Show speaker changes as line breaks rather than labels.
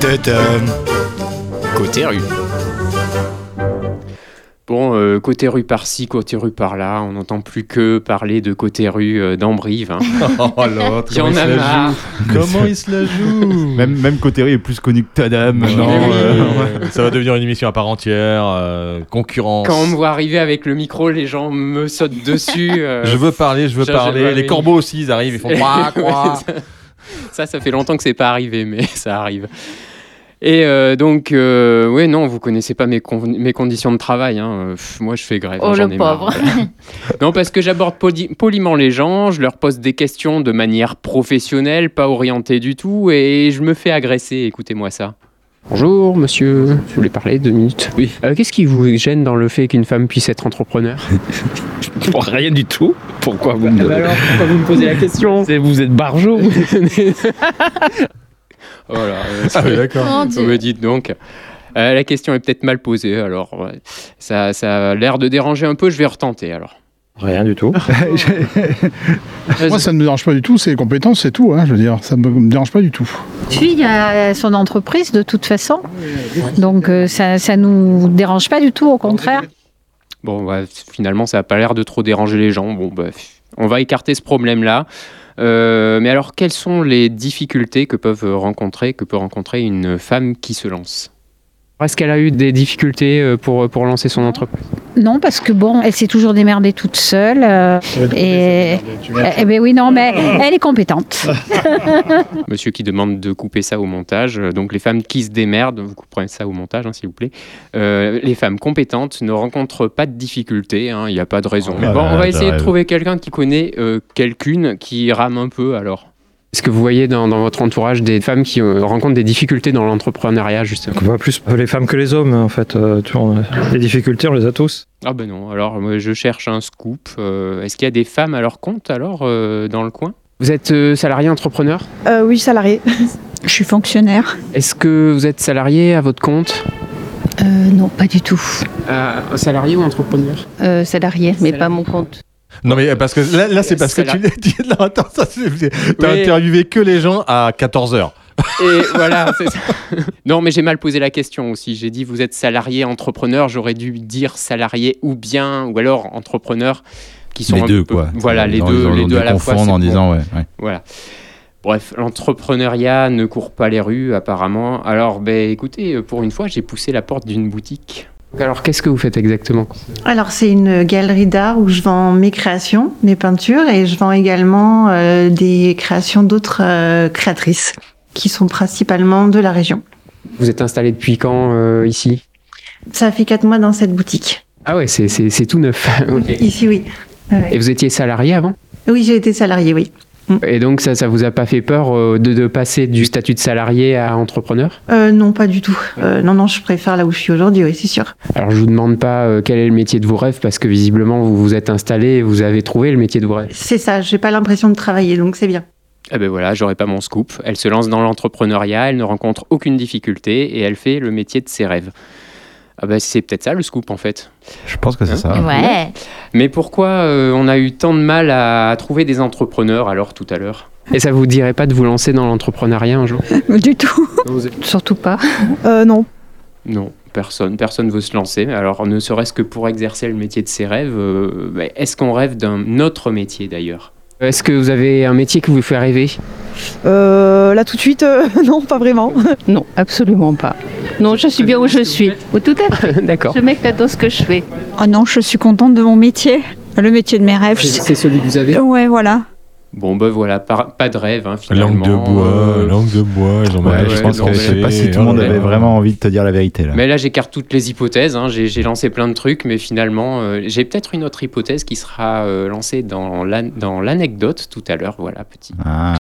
fait euh, côté rue.
Bon, euh, côté rue par-ci, côté rue par-là, on n'entend plus que parler de côté rue euh, d'Ambrive. hein.
Oh l'autre,
Il y en
comment il
a
se la
marre.
joue Comment il se la joue
Même, même Cotteri est plus connu que Tadam. maintenant,
mais oui.
euh,
Ça va devenir une émission à part entière, euh, concurrence.
Quand on me voit arriver avec le micro, les gens me sautent dessus. euh,
Je veux parler, je veux
Ça, j'ai pas
parler. Les
mis.
corbeaux aussi, ils arrivent, ils font quoi, quoi.
ça, ça fait longtemps que c'est pas arrivé, mais ça arrive. Et euh, donc, euh, ouais, non, vous connaissez pas mes, con- mes conditions de travail. hein. Euh, pff, moi, je fais grève.
Oh,
hein, j'en
le
ai marre.
pauvre.
non, parce que j'aborde poli- poliment les gens, je leur pose des questions de manière professionnelle, pas orientée du tout, et je me fais agresser. Écoutez-moi ça. Bonjour, monsieur. Je voulais parler deux minutes. Euh,
Oui.
Qu'est-ce qui vous gêne dans le fait qu'une femme puisse être entrepreneur
Pour rien du tout. Pourquoi vous me
Eh ben Alors, pourquoi vous me posez la question
C'est- Vous êtes barjot.
Voilà.
Ah oui, d'accord.
Mon Dieu.
me dites donc. Euh, la question est peut-être mal posée, alors ouais. ça, ça a l'air de déranger un peu, je vais retenter alors.
Rien du tout.
Moi, ça ne me dérange pas du tout, c'est les compétences, c'est tout. hein, je veux dire, ça ne me dérange pas du tout.
Puis, il y a son entreprise, de toute façon. Donc, euh, ça ça nous dérange pas du tout, au contraire.
Bon, bah, finalement, ça n'a pas l'air de trop déranger les gens. Bon, bah, on va écarter ce problème-là. Euh, mais alors, quelles sont les difficultés que peuvent rencontrer, que peut rencontrer une femme qui se lance Est-ce qu'elle a eu des difficultés euh, pour, pour lancer son entreprise
Non, parce que bon, elle s'est toujours démerdée toute seule. euh, et. Eh eh ben oui, non, mais elle est compétente.
Monsieur qui demande de couper ça au montage. euh, Donc, les femmes qui se démerdent, vous couperez ça au montage, hein, s'il vous plaît. Euh, les femmes compétentes ne rencontrent pas de difficultés. hein, Il n'y a pas de raison.
Oh
mais
là
bon,
là,
on va
t'as
essayer de
raison.
trouver quelqu'un qui connaît euh, quelqu'une qui rame un peu alors. Est-ce que vous voyez dans, dans votre entourage des femmes qui euh, rencontrent des difficultés dans l'entrepreneuriat, justement
Pas plus les femmes que les hommes, en fait. euh, tu vois, on a- les difficultés, on les a tous.
Ah ben non, alors moi, je cherche un scoop. Euh, Est-ce qu'il y a des femmes à leur compte, alors, euh, dans le coin Vous êtes euh, salarié entrepreneur
Euh, oui, salarié.
Je suis fonctionnaire.
Est-ce que vous êtes salarié à votre compte
Euh, non, pas du tout.
Euh, Salarié ou entrepreneur
Euh, salarié, mais
Salarié.
pas mon compte.
Non mais euh, parce que là, là, c'est
Euh,
parce que
c'est
tu dis non, attends, ça c'est- t'as
Oui.
interviewé que les gens à 14h.
Et voilà, c'est ça. Non, mais j'ai mal posé la question aussi. J'ai dit vous êtes salarié entrepreneur, j'aurais dû dire salarié ou bien, ou alors entrepreneur, qui sont
Les
un
deux,
peu-
quoi.
Voilà, les
ils ont- ils
deux,
ont
les
dû
deux à la fois.
confondre
c'est
en
bon.
disant, ouais. ouais.
Voilà. Bref, l'entrepreneuriat ne court pas les rues apparemment. Alors, ben, écoutez, pour une fois, j'ai poussé la porte d'une boutique. Alors, qu'est-ce que vous faites exactement
Alors, c'est une galerie d'art où je vends mes créations, mes peintures, et je vends également euh, des créations d'autres euh, créatrices qui sont principalement de la région.
Vous êtes installé depuis quand euh, ici
Ça fait quatre mois dans cette boutique.
Ah ouais, c'est- c'est c'est tout neuf. Ok.
Ici, oui.
Et
Ouais.
vous étiez salarié avant
Oui, j'ai été salarié, oui.
Et donc ça, ça vous a pas fait peur euh, de, de passer du statut de salarié à entrepreneur
Euh, non, pas du tout. Euh, non, non, je préfère là où je suis aujourd'hui, oui, c'est sûr.
Alors je vous demande pas euh, quel est le métier de vos rêves parce que visiblement vous vous êtes installé et vous avez trouvé le métier de vos rêves.
C'est ça, j'ai pas l'impression de travailler, donc c'est bien.
Eh ben voilà, j'aurais pas mon scoop. Elle se lance dans l'entrepreneuriat, elle ne rencontre aucune difficulté et elle fait le métier de ses rêves. Ah ben c'est peut-être ça le scoop en fait.
Je pense
Hein
que c'est ça.
Ouais.
Mais pourquoi euh, on a eu tant de mal à trouver des entrepreneurs alors tout à l'heure Et ça vous dirait pas de vous lancer dans l'entrepreneuriat un jour
Du tout. Surtout pas.
Euh, non.
Non, personne, personne veut se lancer. Alors, ne serait-ce que pour exercer le métier de ses rêves, euh, bah, est-ce qu'on rêve d'un autre métier d'ailleurs Est-ce que vous avez un métier qui vous fait rêver
Euh, là, tout de suite, euh, non, pas vraiment.
Non, absolument pas. Non, je suis bien où je suis. Oui, tout à fait.
D'accord.
Je mets dans ce que je fais.
Ah non, je suis contente de mon métier. Le métier de mes rêves.
celui que vous avez
Ouais, voilà.
Bon, ben voilà, par- pas de rêve, hein, finalement. Euh,
langue de bois,
Ouais,
ouais,
je pense
non,
que
mais-
je sais pas si tout le monde
Ouais.
avait vraiment envie de te dire la vérité là.
Mais là, j'écarte toutes les hypothèses. hein. J'ai j'ai lancé plein de trucs, mais finalement, euh, j'ai peut-être une autre hypothèse qui sera euh, lancée dans l'an- dans l'anecdote tout à l'heure. Voilà, petit.
Ah,